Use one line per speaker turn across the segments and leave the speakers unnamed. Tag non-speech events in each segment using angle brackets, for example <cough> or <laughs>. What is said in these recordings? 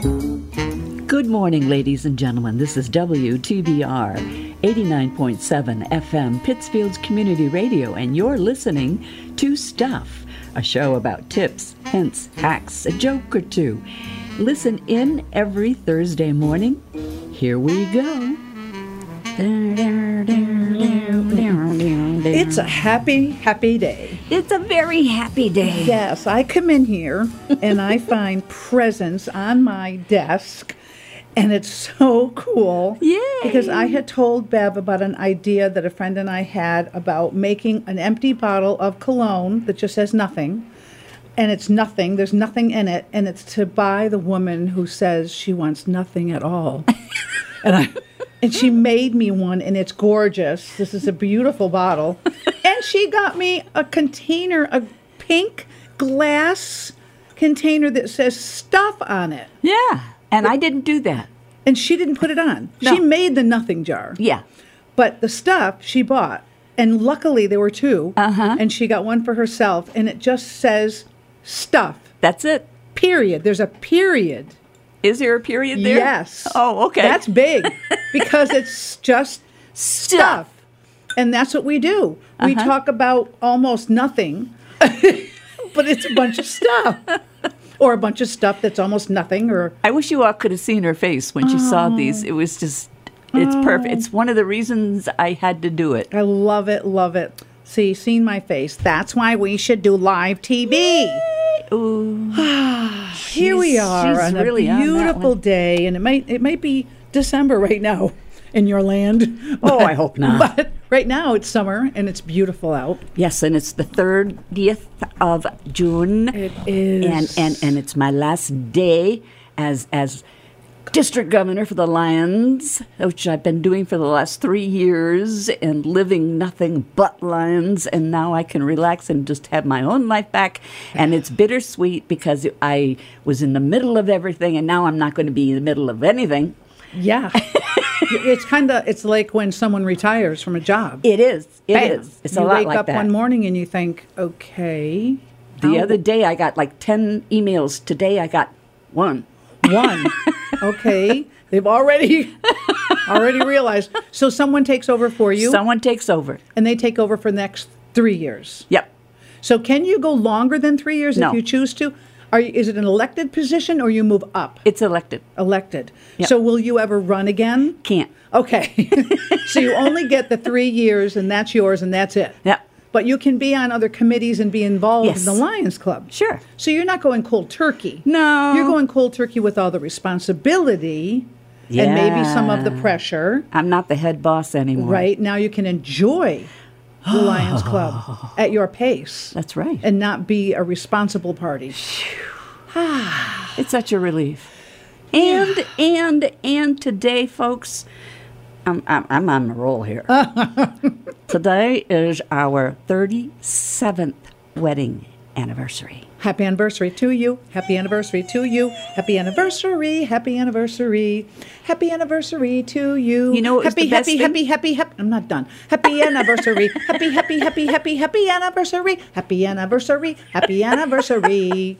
Good morning, ladies and gentlemen. This is WTBR 89.7 FM, Pittsfield's Community Radio, and you're listening to Stuff, a show about tips, hints, hacks, a joke or two. Listen in every Thursday morning. Here we go.
It's a happy, happy day.
It's a very happy day.
Yes, I come in here
<laughs>
and I find presents on my desk, and it's so cool.
Yay.
Because I had told Bev about an idea that a friend and I had about making an empty bottle of cologne that just says nothing. And it's nothing, there's nothing in it, and it's to buy the woman who says she wants nothing at all. and I and she made me one and it's gorgeous this is a beautiful
<laughs>
bottle and she got me a container a pink glass container that says stuff on it
Yeah. And I didn't do that.
and she didn't put it on
No.
she made the nothing jar
Yeah.
but the stuff she bought and luckily there were 2
Uh-huh.
and she got one for herself and it just says stuff
That's it.
period there's a period
Is there a period there?
Yes.
Oh, okay.
That's big because
<laughs>
it's just stuff. And that's what we do. We
Uh-huh.
talk about almost
<laughs>
nothing, but it's a bunch of stuff. Or a bunch of stuff that's almost nothing, or
I wish you all could have seen her face when she saw these.
Oh.
It was just, it's perfect. It's one of the reasons I had to do it.
I love it, love it. See, seen my face. That's why we should do live TV.
Ooh.
<sighs> Here we
She's-
are
she's
on a
really on that
beautiful
one.
day, and it might it might be December right now in your land.
Oh, I hope not.
But right now it's summer and it's beautiful out.
Yes, and it's the third.
30th of June.
It is.
And, and, and it's my last day as, as
district governor for the Lions, which I've been doing for the last three years and living nothing but Lions. And now I can relax and just have my own life back. And it's bittersweet because I was in the middle of everything and now I'm not going to be in the middle of anything. <laughs>
Yeah. it's kind of it's like when someone retires from a job.
It is. It is.
Bam.
It's
you
a lot
wake
like
up
that.
one morning and you think, okay,
the other day I got like 10 emails. Today I got one.
one, okay, they've already already realized. So someone takes over for you,
Someone takes over.
and they take over for the next three years.
Yep.
So can you go longer than three years
No.
if you choose to? Are you, is it an elected position or you move up?
It's elected.
elected.
Yep.
So will you ever run again?
Can't.
Okay. <laughs> so you only get the three years, and that's yours, and that's it.
Yep.
But you can be on other committees and be involved
Yes.
in the Lions Club.
Sure.
So you're not going cold turkey.
No.
You're going cold turkey with all the responsibility and maybe some of the
Yeah.
pressure.
I'm not the head boss anymore.
Right now, you can enjoy the
<sighs>
Lions Club at your pace.
That's right.
And not be a responsible party.
It's such a
<sighs>
relief. And and and today, folks, I'm I'm, I'm on the roll
<laughs>
here. today is our 37th wedding anniversary.
Happy anniversary to you. Happy anniversary to you. Happy anniversary. Happy anniversary. Happy anniversary to you.
You know what was
happy,
the best
happy,
thing?
happy, happy, happy. I'm not done. Happy anniversary. happy, happy, happy, happy, happy anniversary. Happy anniversary. Happy anniversary.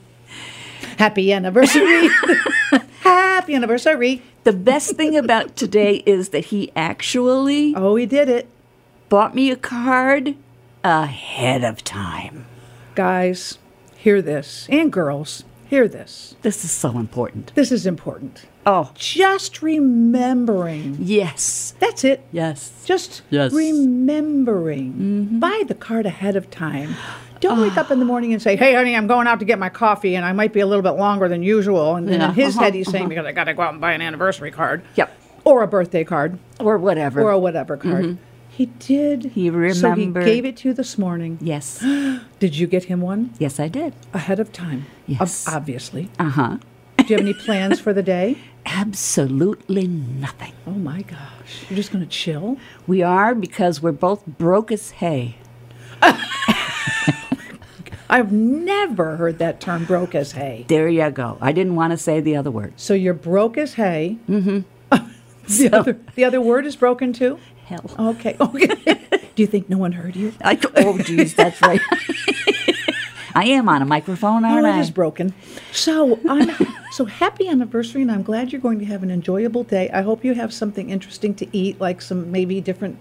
happy anniversary. <laughs> happy anniversary.
The best thing about today is that he actually
Oh, we did it,
bought me a card ahead of time.
guys. Hear this, and girls, hear this.
This is so important.
This is important.
Oh,
Just remembering.
yes.
That's it.
Yes.
just
Yes. Mm-hmm.
remembering buy the card ahead of time don't wake up in the morning and say hey honey i'm going out to get my coffee and i might be a little bit longer than usual and then
Yeah,
in his
uh-huh,
head he's saying because i gotta go out and buy an anniversary card
Yep.
or a birthday card
Or whatever. Mm-hmm.
or a whatever card he did
He
so he
remembered.
gave it to you this morning
yes.
<gasps> did you get him one
Yes, I did.
ahead of time Ob-
Yes.
obviously
Uh-huh.
Do you have any plans for the day? <laughs>
Absolutely nothing.
Oh my gosh. You're just going to chill?
We are because we're both broke as hay.
I've never heard that term broke as hay.
There you go. I didn't want to say the other words.
So you're broke as hay. Mm-hmm. <laughs> the, other, the other word is broken too?
Hell.
Okay. <laughs> Okay. Do you think no one heard you?
I, oh, geez, that's right. I am on a microphone,
Oh,
aren't
it
I?
is broken. So I'm <laughs> so happy anniversary, and I'm glad you're going to have an enjoyable day. I hope you have something interesting to eat, like some maybe different,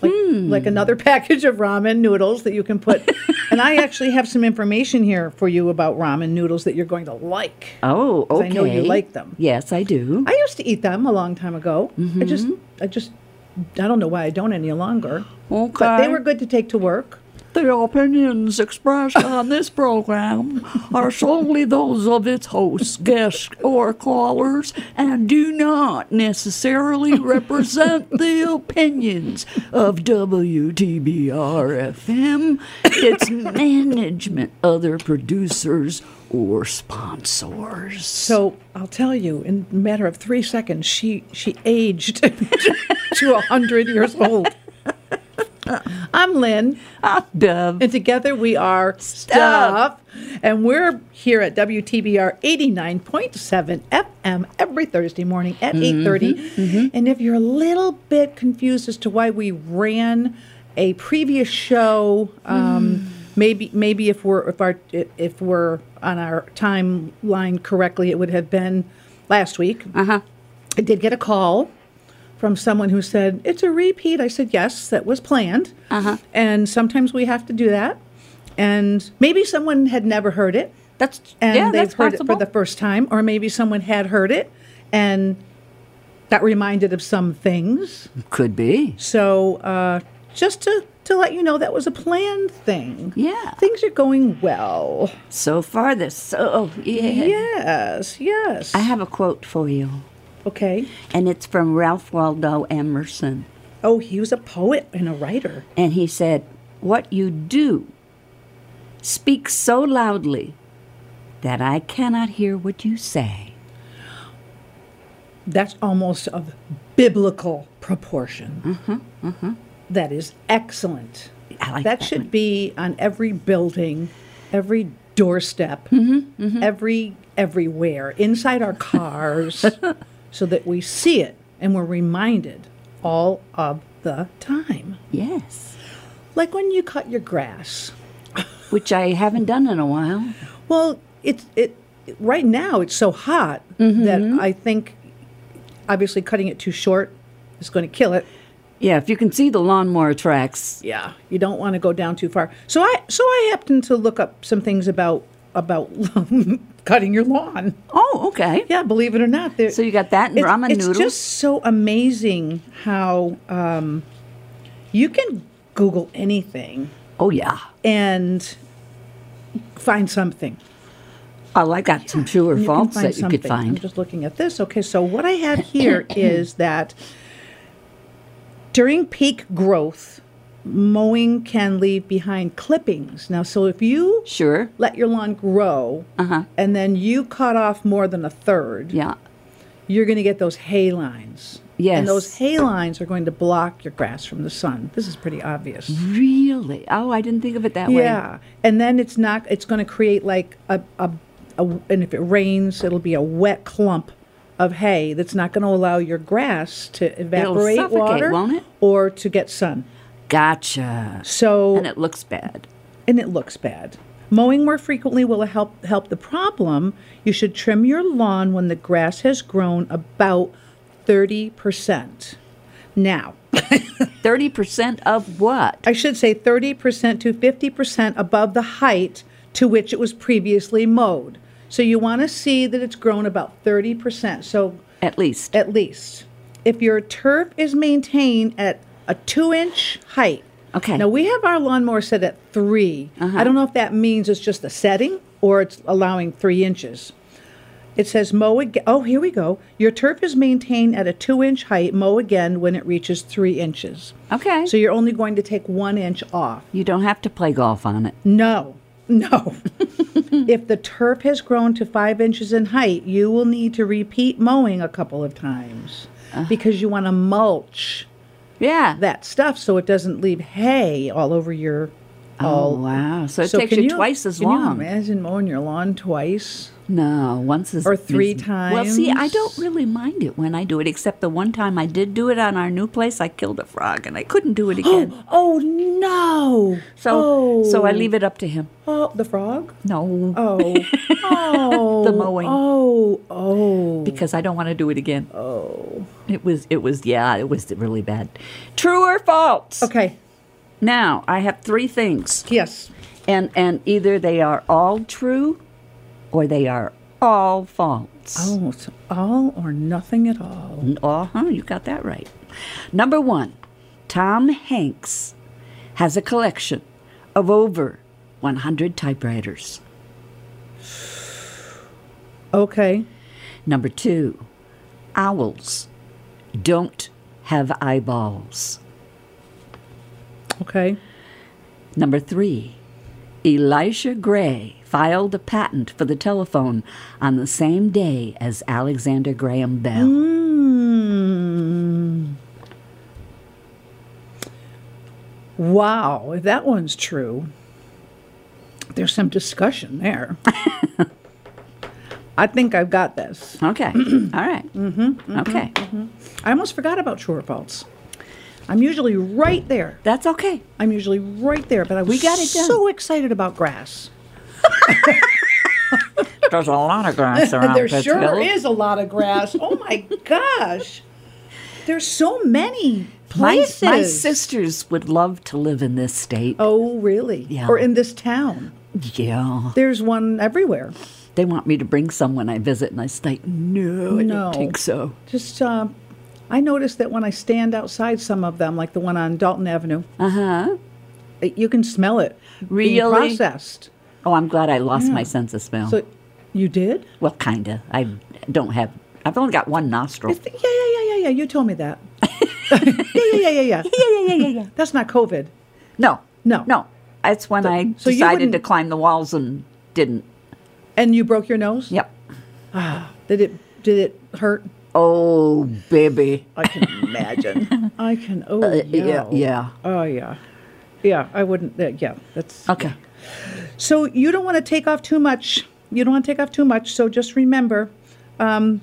like, like another <laughs> package of ramen noodles that you can put. and I actually have some information here for you about ramen noodles that you're going to like.
oh,
'Cause
okay.
I know you like them.
Yes, I do.
I used to eat them a long time ago. I just, I just, I don't know why I don't any longer. But they
Okay.
were good to take to work.
The opinions expressed on this program are solely those of its hosts, guests, or callers, and do not necessarily represent the opinions of WTBR FM, its management, other producers, or sponsors.
So I'll tell you, in a matter of three seconds, she she aged <laughs> to a hundred years old. I'm Lynn,
Ah, Bev.
and together we are
Stuff.
Stuff, and we're here at WTBR 89.7 FM every Thursday morning at 8:30. And if you're a little bit confused as to why we ran a previous show, um, maybe maybe if we're if our if we're on our timeline correctly, it would have been last week.
Uh-huh.
I did get a call from someone who said, It's a repeat. I said, Yes, that was planned. Uh-huh. And sometimes we have to do that. And maybe someone had never heard it.
That's
And
yeah,
they've
that's
heard
possible.
it for the first time. Or maybe someone had heard it and got reminded of some things.
Could be.
So uh, just to, to let you know, that was a planned thing.
Yeah.
Things are going well.
So far, this. So, oh, yeah.
Yes, yes.
I have a quote for you.
okay.
and it's from Ralph Waldo Emerson.
Oh, he was a poet and a writer.
And he said, What you do speaks so loudly that I cannot hear what you say.
That's almost of biblical proportion. That is excellent.
Mm-hmm, I like
that,
that
should be on every building, every doorstep,
Mm-hmm,
every everywhere, inside
<laughs>
our cars, so that we see it and we're reminded all of the time.
Yes.
Like when you cut your grass.
Which I haven't done in a while.
Well, it's it right now. It's so hot that
Mm-hmm.
I think, obviously, cutting it too short is going to kill it.
Yeah, if you can see the lawnmower tracks.
yeah you don't want to go down too far so i so i happened to look up some things about about <laughs> cutting your lawn
Oh, okay.
yeah believe it or not there
So you got that and
it's,
ramen
it's
noodles.
just so amazing how um, you can google anything
oh, yeah.
and find something
Oh, I got some true or
You can
false
find
that you could
something. I'm
find.
just looking at this. Okay, so what I
<coughs>
have here is that during peak growth, mowing can leave behind clippings. Now, so if you
Sure.
let your lawn grow and then you cut off more than a third,
Uh-huh. Yeah.
you're going to get those hay lines.
Yes.
And those hay lines are going to block your grass from the sun. This is pretty obvious.
Really? Oh, I didn't think of it that way.
Yeah, and then it's not. It's going to create like a, a, a and if it rains, it'll be a wet clump of hay that's not going to allow your grass to evaporate
suffocate,
water
won't it?
or to get sun.
Gotcha.
So
And it looks bad.
and it looks bad. Mowing more frequently will help help the problem. You should trim your lawn when the grass has grown about thirty percent. Now,
30% of what?
I should say 30% to 50% above the height to which it was previously mowed. So you want to see that it's grown about 30%. So
At least.
at least if your turf is maintained at a two inch height.
Okay.
Now we have our lawnmower set at 3 I don't know if that means it's just the setting or it's allowing three inches. It says mow again. Oh, here we go. Your turf is maintained at a two inch height. Mow again when it reaches three inches.
Okay.
So you're only going to take one inch off.
you don't have to play golf on it.
No, <laughs> no. If the turf has grown to five inches in height, you will need to repeat mowing a couple of times
Ah.
because you want to mulch
Yeah.
that stuff so it doesn't leave hay all over your.
oh
all-
wow. Ah, So it takes
can
you, twice as
can
long.
You imagine mowing your lawn twice.
No, once is
Or three
is- Well, see, I
times?
don't really mind it when I do it, except the one time I did do it on our new place, I killed a frog and I couldn't do it
<gasps>
again.
Oh no!
so,
oh.
so I leave it up to him.
Oh, the
<laughs>
frog.
No,
Oh, oh,
The mowing.
Oh, oh.
because I don't want to do it again. Oh, it was, it was, yeah, it was really bad. True or false?
Okay.
Now I have three things,
Yes.
and and either they are all true, or they are all false.
Oh, it's all or nothing at all.
Uh huh, you got that right. Number one, Tom Hanks has a collection of over 100 typewriters.
Okay.
Number two, owls don't have eyeballs.
Okay.
Number three, Elisha Gray filed a patent for the telephone on the same day as Alexander Graham Bell.
Hmm. Wow, if that one's true, there's some discussion there. <laughs> I think I've got this. <clears throat>
Okay, all right.
Mm-hmm,
okay,
I almost forgot about true or false. I'm usually right there.
that's okay.
I'm usually right there, but I was
We got it done.
so excited about grass.
There's a lot of grass around
<laughs> there sure is a lot of grass. Oh my gosh. There's so many
My,
places.
my sisters would love to live in this state.
Oh, really?
Yeah.
Or in this town.
Yeah.
There's one everywhere.
They want me to bring some when I visit, and I say, no, I
No.
don't think so.
Just, uh, I noticed that when I stand outside some of them, like the one on Dalton Avenue,
Uh huh.
uh, you can smell it being
Really?
processed.
Oh, I'm glad I lost my sense of smell.
So, you did?
well, kind of. I don't have, I've only got one nostril.
I think- yeah, yeah, yeah, yeah, yeah. You told me that. <laughs> yeah, yeah, yeah, yeah, <laughs> yeah.
yeah, yeah, yeah, yeah.
That's not COVID.
No.
No.
No. That's when I
so you
decided to
wouldn't-
climb the walls and didn't.
And you broke your nose?
Yep.
Did it? Did it hurt?
Oh, baby.
I can
<laughs>
imagine. I can. Oh,
Uh, yeah,
yeah,
yeah.
Oh, yeah. Yeah, I wouldn't. Uh, yeah, that's.
Okay.
So you don't want to take off too much. You don't want to take off too much. So just remember, um,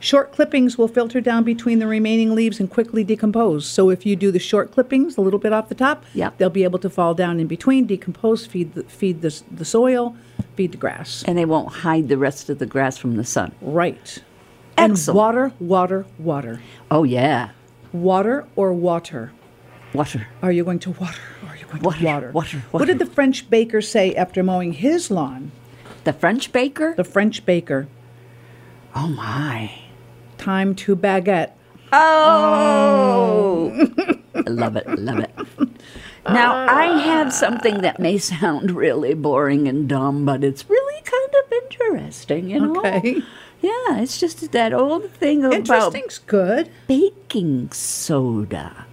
short clippings will filter down between the remaining leaves and quickly decompose. So if you do the short clippings, a little bit off the top,
Yep.
they'll be able to fall down in between, decompose, feed the, feed the, s- the soil, feed the grass.
And they won't hide the rest of the grass from the sun.
Right.
Excellent.
And water, water, water,
Oh, yeah.
water or water.
Water.
Are you going to water? Or are you going
Water,
to water?
water,
What
water.
did the French baker say after mowing his lawn?
The French baker?
The French baker,
oh, my.
time to baguette.
Oh, I love it, love it. Now, I have something that may sound really boring and dumb, but it's really kind of interesting, you know?
Okay.
Yeah, it's just that old thing about
Interesting's good.
baking soda.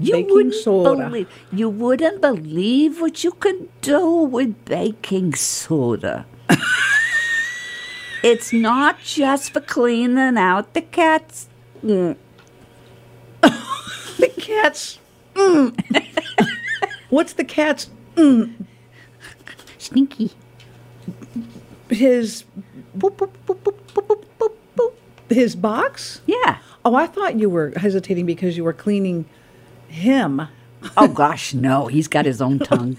You
Baking
wouldn't
soda.
Believe, you wouldn't believe what you can do with baking
<laughs>
soda. it's not just for cleaning out the cats.
The cat's.
<laughs>
Mm. What's the cat's?
Stinky.
His. boop, boop, boop, boop, boop, boop, boop, boop. His box?
Yeah.
Oh, I thought you were hesitating because you were cleaning him.
Oh gosh, no, he's got his own tongue.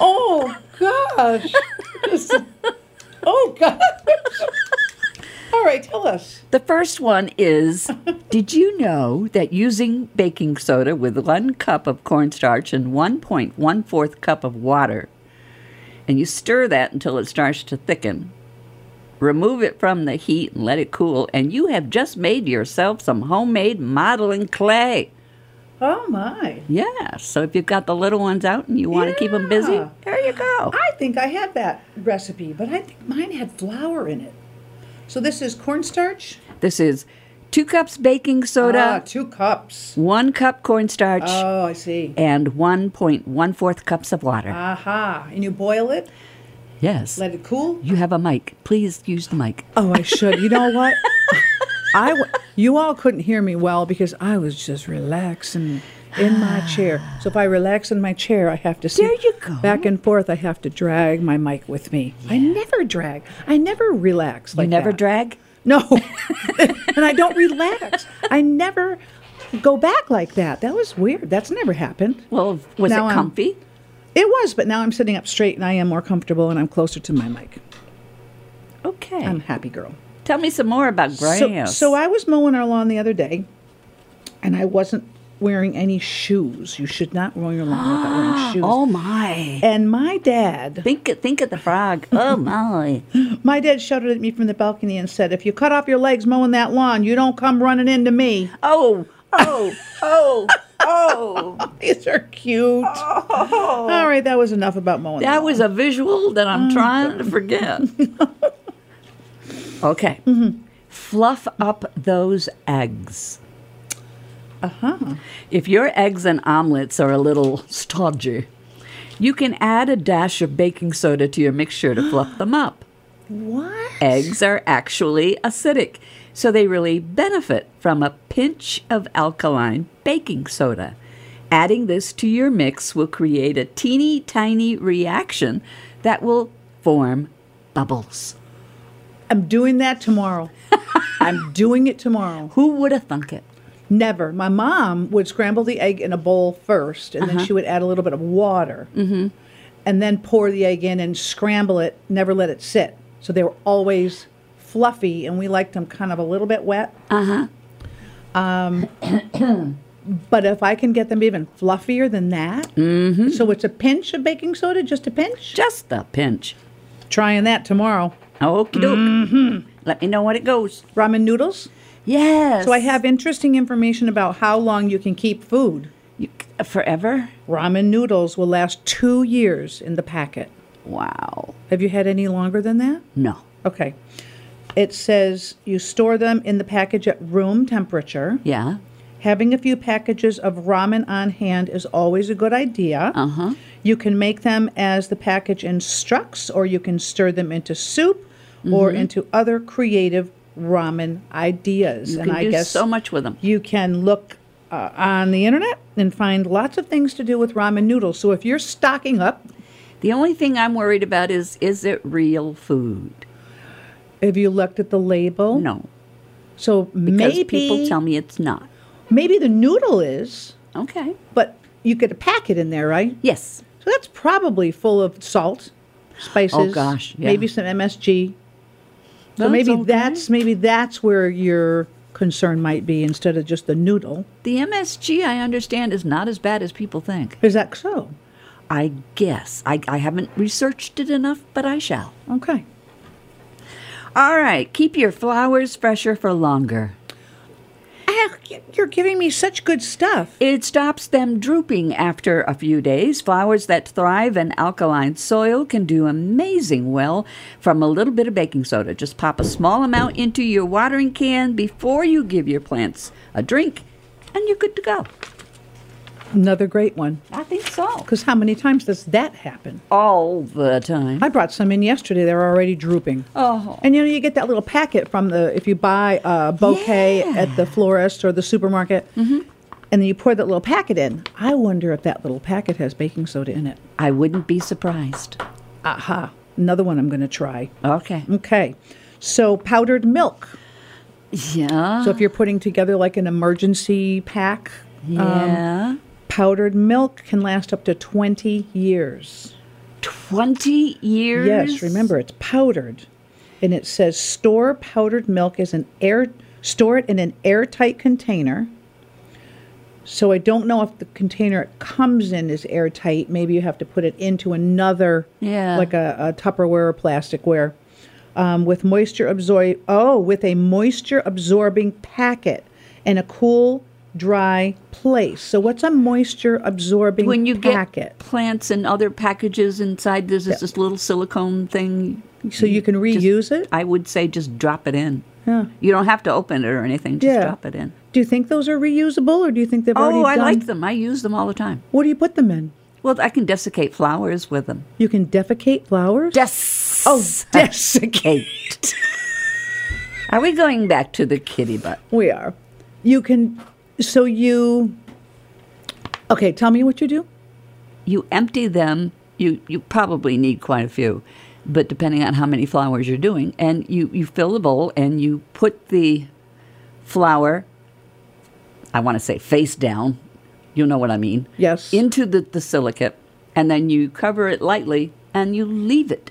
Oh gosh. oh gosh. All right, tell us.
The first one is Did you know that using baking soda with one cup of cornstarch and 1.14 cup of water, and you stir that until it starts to thicken, remove it from the heat and let it cool, and you have just made yourself some homemade modeling clay?
Oh my.
Yeah, so if you've got the little ones out and you want to 'em keep them busy,
Yeah.
there you go.
I think I had that recipe, but I think mine had flour in it. So this is cornstarch.
This is two cups baking
Ah,
soda,
two cups.
one cup cornstarch,
Oh, I see.
and 1.14 cups of water.
Uh. Aha. And you boil it,
yes.
let it cool.
you have a mic. Please use the mic.
Oh, I should. You know what? I w- you all couldn't hear me well because I was just relaxing in my chair. So if I relax in my chair, I have to sit
There you go.
back and forth. I have to drag my mic with me. I never drag. I never relax. Like
you never
that.
drag?
No, <laughs> and I don't relax. I never go back like that. That was weird. That's never happened.
Well, was
Now
it
I'm-
comfy?
It was, but now I'm sitting up straight and I am more comfortable and I'm closer to my mic.
okay.
I'm a happy girl.
Tell me some more about
So,
Graham's.
so I was mowing our lawn the other day, and I wasn't wearing any shoes. You should not mow your lawn without
<gasps>
wearing shoes.
oh my.
And my dad,
Think think of the frog.
<laughs>
Oh my.
my dad shouted at me from the balcony and said, "If you cut off your legs mowing that lawn, you don't come running into me." <laughs>
Oh, oh, oh, oh.
These are cute. All right, that was enough about mowing.
That
the lawn.
was a visual that I'm trying to forget. Okay. Fluff up those eggs. Uh huh. If your eggs and omelets are a little stodgy, you can add a dash of baking soda to your mixture to fluff them up.
what?
Eggs are actually acidic, so they really benefit from a pinch of alkaline baking soda. Adding this to your mix will create a teeny tiny reaction that will form bubbles.
I'm doing
<laughs>
that tomorrow. I'm doing it tomorrow.
Who would have thunk it?
Never. My mom would scramble the egg in a bowl first, and then she would add a little bit of water, Uh-huh. mm-hmm. and then pour the egg in and scramble it. Never let it sit. So they were always fluffy, and we liked them kind of a little bit wet. Uh huh. <coughs> Um, but if I can get them even fluffier than that, mm-hmm. so it's a pinch of baking soda, just a pinch.
Just a pinch.
Trying that tomorrow.
Okie doke.
Mm-hmm.
Let me know what it goes.
Ramen noodles.
Yes.
So I have interesting information about how long you can keep food.
You, forever?
Ramen noodles will last two years in the packet.
Wow.
Have you had any longer than that?
No.
Okay. It says you store them in the package at room temperature.
Yeah.
Having a few packages of ramen on hand is always a good idea. Uh-huh. You can make them as the package instructs, or you can stir them into soup
Mm-hmm.
or into other creative ramen ideas.
You
and
can
I
do
guess
so much with them.
you can look uh, on the internet and find lots of things to do with ramen noodles. So if you're stocking up,
The only thing I'm worried about is is it real food?
have you looked at the label?
No.
So
Because
maybe
people tell me it's not.
maybe the noodle is,
Okay.
but you get a packet in there, right?
Yes.
So that's probably full of salt, spices.
Oh, gosh, yeah.
maybe some MSG. So
That's
maybe
okay.
that's maybe that's where your concern might be instead of just the noodle.
The MSG, I understand, is not as bad as people think.
Is that so?
I guess. I, I haven't researched it enough, but I shall.
Okay.
All right. Keep your flowers fresher for longer.
Ah, y- You're giving me such good stuff.
It stops them drooping after a few days. Flowers that thrive in alkaline soil can do amazing well from a little bit of baking soda. Just pop a small amount into your watering can before you give your plants a drink, and you're good to go.
Another great one.
I think so.
Because how many times does that happen?
All the time.
I brought some in yesterday. They're already drooping.
Oh.
And you know, you get that little packet from the, if you buy a bouquet
Yeah. Mm-hmm.
at the florist or the supermarket, and then you pour that little packet in. I wonder if that little packet has baking soda in it.
I wouldn't be surprised.
Aha. Another one I'm going to try.
Okay.
Okay. So, powdered milk.
Yeah.
So, if you're putting together like an emergency pack, um,
yeah.
powdered milk can last up to 20 years.
20 years.
Yes, remember it's powdered, and it says store powdered milk as an air store it in an airtight container. So I don't know if the container it comes in is airtight. Maybe you have to put it into another,
Yeah.
like a, a Tupperware or plasticware, um, with moisture absorb. Oh, with a moisture absorbing packet in a cool, dry place. So what's a moisture absorbing
When you
packet?
get plants and other packages inside, there's this little silicone thing.
so you can
Just-
reuse it.
I would say just drop it in. Yeah. You don't have to open it or anything. Just
Yeah.
drop it in.
Do you think those are reusable, or do you think they've already
Oh, I
done?
like them. I use them all the time.
What do you put them in?
Well, I can desiccate flowers with them.
You can defecate flowers. <laughs>
Des-
Oh,
desiccate. Are we going back to the kitty butt?
<laughs> we are. You can. So you. Okay, tell me what you do.
You empty them. You you probably need quite a few, but depending on how many flowers you're doing, and you you fill the bowl and you put the flower. I want to say face down. You know what I mean.
Yes.
Into the, the silicate, and then you cover it lightly, and you leave it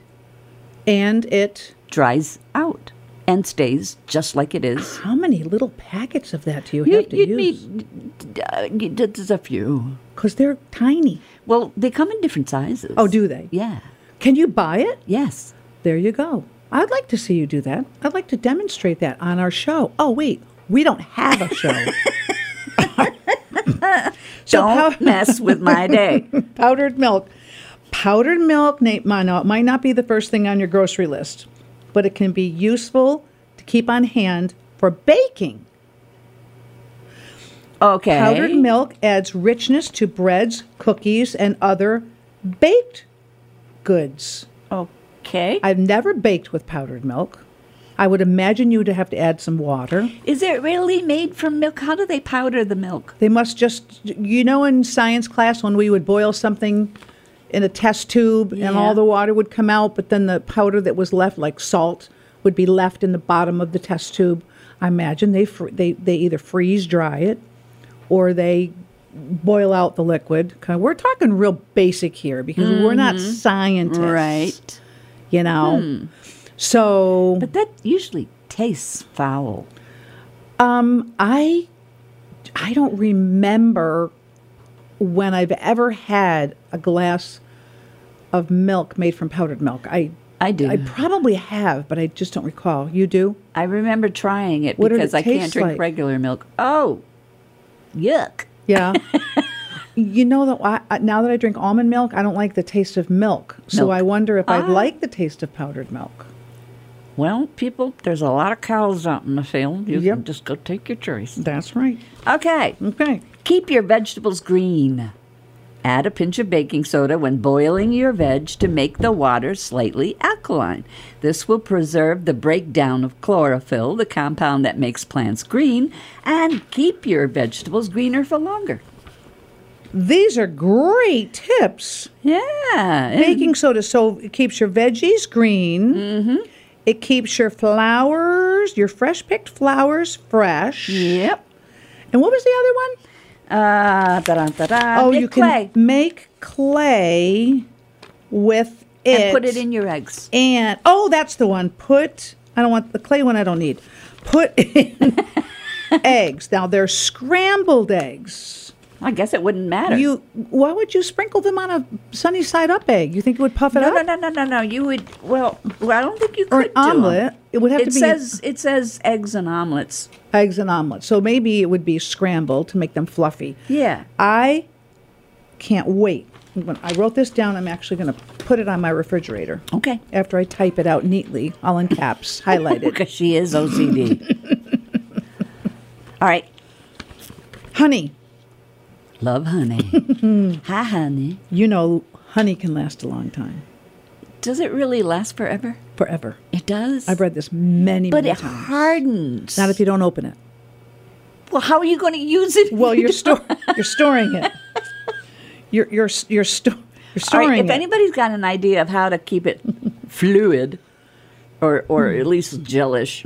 And it.
dries out and stays just like it is
How many little packets of that do <gasps> you,
You,
have to
you
use?
need uh, you- there's a few.
Because they're tiny.
Well, they come in different sizes.
Oh, do they?
Yeah.
Can you buy it?
Yes.
There you go. I'd like to see you do that. I'd like to demonstrate that on our show. Oh, wait, we don't have
<laughs>
a show. so
Don't
pow-
<laughs> mess with my day.
powdered milk. Powdered milk na- might not, might not be the first thing on your grocery list, but it can be useful to keep on hand for baking.
Okay.
Powdered milk adds richness to breads, cookies, and other baked goods.
Okay.
I've never baked with powdered milk. I would imagine you'd have to add some water.
Is it really made from milk? How do they powder the milk?
They must just, you know, in science class when we would boil something in a test tube and
Yeah.
all the water would come out, but then the powder that was left, like salt, would be left in the bottom of the test tube. I imagine they fr- they they either freeze dry it or they boil out the liquid. 'Cause We're talking real basic here because we're not scientists,
Mm-hmm. Right. Hmm.
You know, so
But that usually tastes foul.
I I don't remember when I've ever had a glass of milk made from powdered milk. I
I do.
I probably have, but I just don't recall. You do?
I remember trying it
What did
because
it
I can't
taste
drink
like?
regular milk. Oh, yuck.
Yeah. <laughs> you know that I, I- now that I drink almond milk, I don't like the taste of milk. So
Milk.
I wonder if I'd
Ah.
like the taste of powdered milk.
Well, people, there's a lot of cows out in the field. You
Yep.
can just go take your choice.
That's right.
Okay.
Okay.
Keep your vegetables green. Add a pinch of baking soda when boiling your veg to make the water slightly alkaline. This will preserve the breakdown of chlorophyll, the compound that makes plants green, and keep your vegetables greener for longer.
These are great tips.
Yeah.
baking soda so it keeps your veggies green
Mm-hmm.
it keeps your flowers your fresh picked flowers fresh
Yep.
and what was the other one?
Uh, da-da-da-da.
Oh,
Make
you can
clay
make clay with it
and put it in your eggs.
and oh that's the one put i don't want the clay one i don't need put <laughs> in eggs now they're scrambled eggs
I guess it wouldn't matter.
you why would you sprinkle them on a sunny side up egg you think it would puff it
No,
up
no, no, no, no, no. You would well. well I don't think you could
Or an
do 'em.
omelet. It would have
it
to be-
says it says eggs and omelets.
eggs and omelets. So maybe it would be scrambled to make them fluffy.
Yeah.
I can't wait. When I wrote this down, I'm actually going to put it on my refrigerator.
Okay.
After I type it out neatly, all
<laughs>
in caps, highlighted.
Because she is <laughs> OCD. All right.
Honey.
Love honey.
<laughs>
Hi, honey.
You know, honey can last a long time,
Does it really last forever?
forever.
It does.
I've read this many,
but
many
it
times.
hardens.
Not if you don't open it.
well, how are you going to use it? if
Well,
you <laughs>
you're
don't-
store you're
<laughs>
storing it. You're you're you're, sto- you're
All
storing
right, if
it.
anybody's got an idea of how to keep it fluid or or
Mm-hmm.
at least gelish,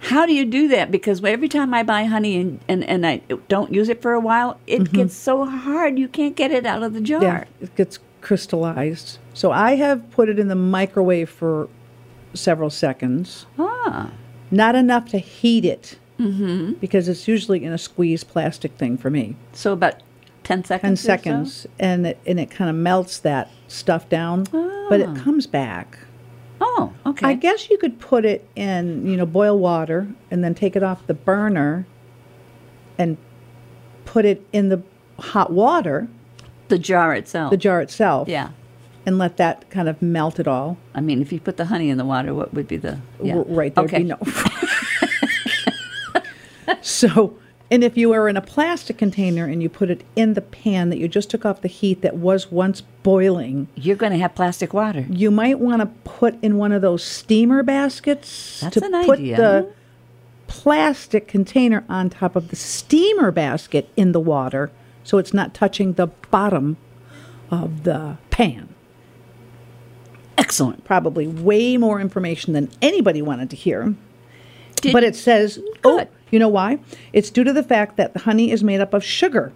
how do you do that? Because every time I buy honey and, and, and I don't use it for a while, it gets so hard you can't get it out of the jar.
Mm-hmm. Yeah, it gets crystallized. So I have put it in the microwave for several seconds,
Ah,
not enough to heat it, mm-hmm. because it's usually in a squeeze plastic thing for me.
so about 10 seconds.
Ten
or so?
seconds, and it, and it kind of melts that stuff down, but it comes back.
Oh, Ah. okay.
I guess you could put it in, you know, boil water and then take it off the burner, and put it in the hot water,
the jar itself.
the jar itself.
Yeah.
and let that kind of melt it all.
I mean, if you put the honey in the water, what would be the yeah.
R- right there'd
okay. <laughs>
be no <laughs> so and if you are in a plastic container and you put it in the pan that you just took off the heat that was once boiling
You're going to have plastic water.
you might want to put in one of those steamer baskets
That's
to
an
put
idea.
the plastic container on top of the steamer basket in the water so it's not touching the bottom of the pan
Excellent.
probably way more information than anybody wanted to hear
Did-
but it says, oh,
Good.
you know why? It's due to the fact that the honey is made up of sugar,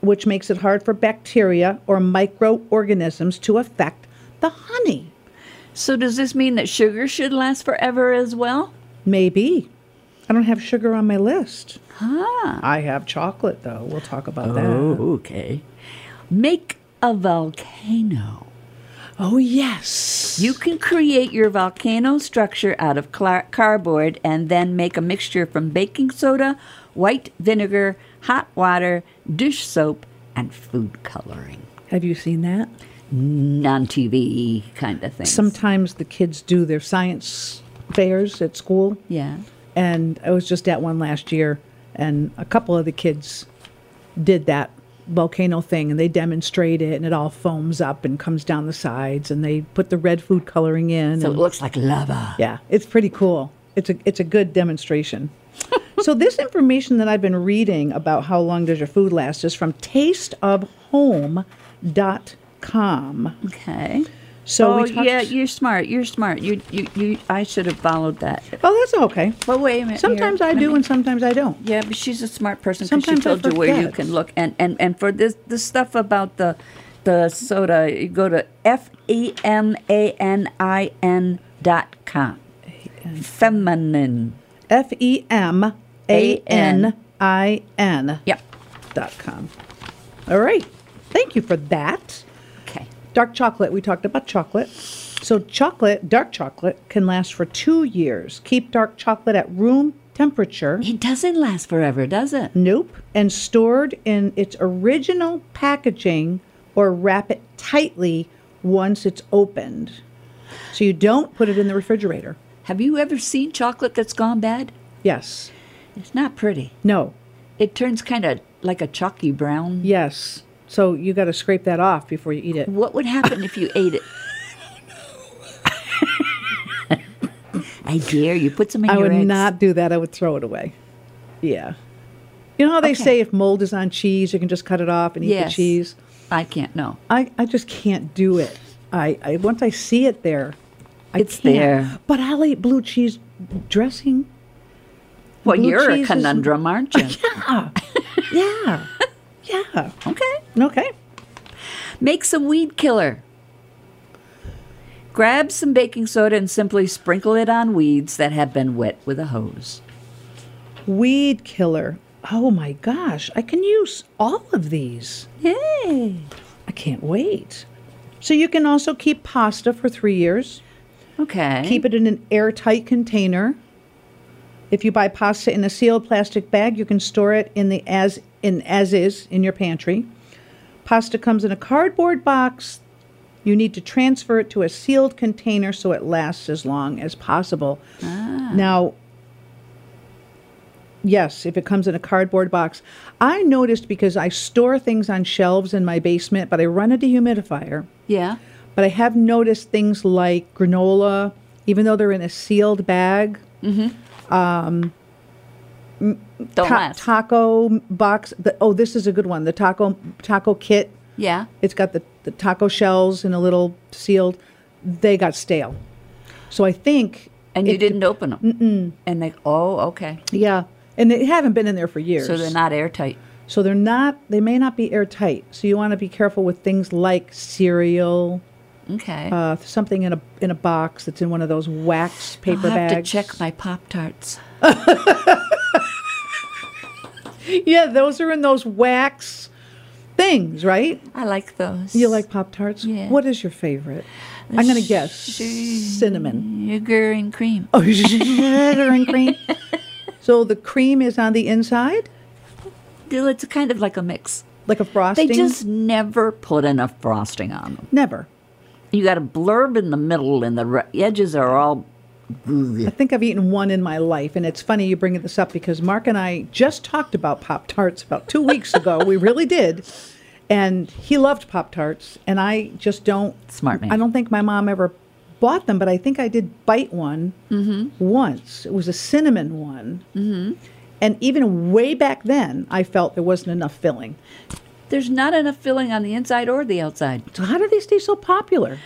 which makes it hard for bacteria or microorganisms to affect the honey.
So does this mean that sugar should last forever as well?
Maybe. I don't have sugar on my list.
Ah.
I have chocolate, though. We'll talk about that.
Oh, okay. Make a volcano.
Oh, yes.
You can create your volcano structure out of clar- cardboard and then make a mixture from baking soda, white vinegar, hot water, dish soap, and food coloring.
have you seen that?
Non TV kind of thing.
Sometimes the kids do their science fairs at school.
Yeah.
and I was just at one last year, and a couple of the kids did that volcano thing, and they demonstrate it, and it all foams up and comes down the sides, and they put the red food coloring in.
So it
and-
looks like lava.
yeah, it's pretty cool. It's a it's a
<laughs>
good demonstration. so this information that I've been reading about how long does your food last is from tasteofhome.com.
Okay.
So
oh,
we talked,
yeah, you're smart. You're smart. You, you, you. I should have followed that.
oh, that's okay.
But wait a minute. here.
Sometimes I
Let
do,
me-
and sometimes I don't.
Yeah, but she's a smart person. 'cause
Sometimes
she
I
told you where you
forget.
can look, and and and for this this stuff about the the soda, you go to f e m a n i n dot com. Feminine.
F E M A N I N.
Yep.
Dot com. All right. Thank you for that.
Okay.
Dark chocolate. We talked about chocolate. So chocolate, dark chocolate, can last for two years. Keep dark chocolate at room
<laughs>
temperature.
It doesn't last forever, does it?
Nope. And stored in its original packaging or wrap it tightly once it's opened. So you don't put it in the refrigerator.
Have you ever seen chocolate that's gone bad?
Yes.
It's not pretty.
No.
It turns kind of like a chalky brown.
Yes. So you got to scrape that off before you eat it.
What would happen if you
<laughs>
ate it? <laughs> I dare you. Put some in
I
your
would
eggs.
not do that. I would throw it away. Yeah. You know how they
Okay.
say if mold is on cheese, you can just cut it off and eat
Yes.
the cheese?
I can't. No.
I, I just can't do it. I, I once I see it there, I
It's
can't.
there.
But I'll eat blue cheese dressing.
Well,
Blue
you're a
cheese is-
conundrum, aren't
<laughs>
you?
Yeah. yeah. Yeah.
Okay.
Okay.
Make some weed killer. Grab some baking soda and simply sprinkle it on weeds that have been wet with a hose.
Weed killer. Oh my gosh. I can use all of these.
Yay.
I can't wait. So you can also keep pasta for three years.
Okay.
Keep it in an airtight container. If you buy pasta in a sealed plastic bag, you can store it in the as in as is in your pantry. Pasta comes in a cardboard box. You need to transfer it to a sealed container so it lasts as long as possible. Now, yes, if it comes in a cardboard box, I noticed because I store things on shelves in my basement, but I run a dehumidifier.
Yeah.
But I have noticed things like granola, even though they're in a sealed bag,
Don't
ta-
last.
taco box. The, oh, this is a good one. The taco taco kit.
yeah.
It's got the, the taco shells in a little sealed. They got stale. So I think.
And you
it-
didn't open them. Mm-mm. And they, oh, okay.
Yeah. And they haven't been in there for years.
So they're not airtight.
So they're not, they may not be airtight. So you want to be careful with things like cereal,
Okay.
uh, something in a in a box that's in one of those wax paper
I'll have
bags.
to check my Pop Tarts.
<laughs> Yeah, those are in those wax things, right?
I like those.
You like Pop Tarts?
Yeah.
What is your favorite? I'm going to guess cinnamon.
Sugar and cream.
Oh, <laughs> sugar and cream. So the cream is on the inside,
Dill, It's kind of like a mix.
like a frosting?
They just never put enough frosting on them.
Never.
You got a blurb in the middle, and the r- edges are all.
I think I've eaten one in my life, and it's funny you bring this up because Mark and I just talked about Pop Tarts about two
<laughs>
weeks ago. we really did. And he loved Pop Tarts, and I just don't.
Smart man.
I don't think my mom ever bought them, but I think I did bite one
Mm-hmm.
once. It was a cinnamon one. Mm-hmm. And even way back then, I felt there wasn't enough filling.
There's not enough filling on the inside or the outside
So, how do they stay so popular?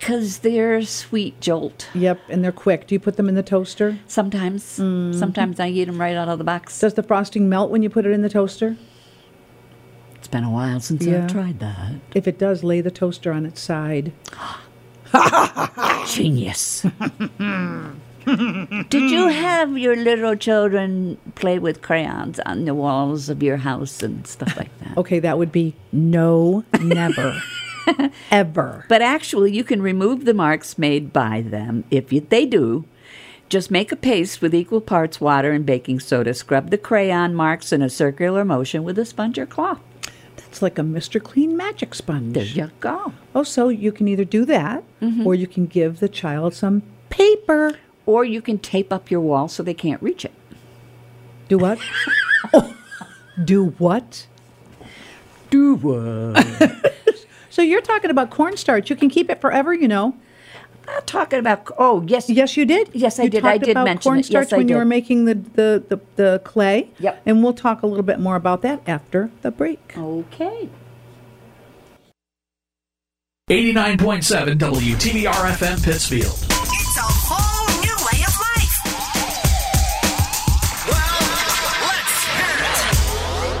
because they're sweet jolt.
Yep, and they're quick. Do you put them in the toaster?
Sometimes, sometimes I eat them right out of the box.
Does the frosting melt when you put it in the toaster?
It's been a while since
Yeah.
I've tried that.
If it does, lay the toaster on its side.
<laughs> Genius. Did you have your little children play with crayons on the walls of your house and stuff like that?
Okay, that would be no,
<laughs>
never, ever.
But actually, you can remove the marks made by them if you, they do. Just make a paste with equal parts water and baking soda. Scrub the crayon marks in a circular motion with a sponge or cloth.
That's like a Mr. Clean magic sponge.
There you go. Mm-hmm.
Oh, so you can either do that or you can give the child some paper.
Or you can tape up your wall so they can't reach it.
Do what?
<laughs>
Oh, do what?
Do what?
<laughs> So you're talking about cornstarch. You can keep it forever, you know.
Not talking about. Oh yes,
Yes, you did.
Yes, I
You
did. I
talked
did
about
mention it. Yes,
cornstarch
I
when you
did.
were making the, the, the, the clay.
Yep. Oh,
And we'll talk a little bit more about that after the break.
Okay.
89.7 WTBR FM Pittsfield.
It's a whole new way of life. Well, let's hear it.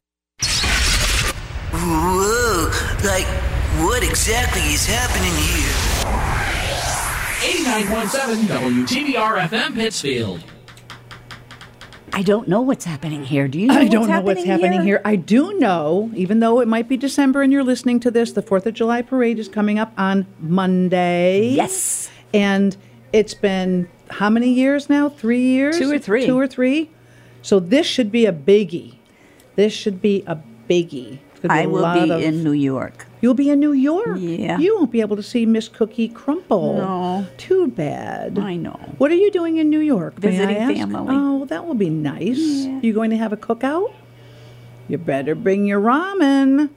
Whoa, like, what exactly is happening here?
89.7 WTBR FM Pittsfield.
I don't know what's happening here. Do you? Know
I
what's
don't know what's happening here. I do know, even though it might be December and you're listening to this, the 4th of July parade is coming up on Monday.
Yes.
And it's been how many years now? Three years?
Two or three.
Two or three. So this should be a biggie. This should be a biggie. It's gonna
I
a
will
lot
be
of-
in New York.
You'll be in New York.
Yeah.
You won't be able to see Miss Cookie Crumple.
No.
Too bad.
I know.
What are you doing in New York? may I
Visiting
ask?
family.
Oh, well, that will be nice. You going to have a cookout? You better bring your
<laughs>
ramen.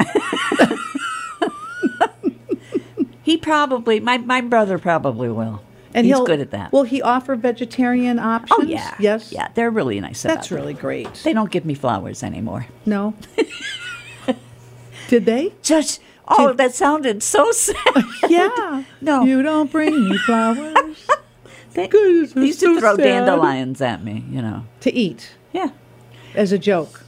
He probably my my brother probably will.
And
he's
he'll-
good at that.
Will he offer vegetarian options?
oh yeah.
Yes.
Yeah, they're really nice. about
That's
that.
really great.
They don't give me flowers anymore. <laughs>
No. Did they?
Just oh, that sounded so <laughs> sad.
Yeah.
No.
You don't bring me flowers
<laughs> They
Goodness,
they used
that's
to
so
throw
sad.
dandelions at me. You know.
to eat
Yeah.
as a joke.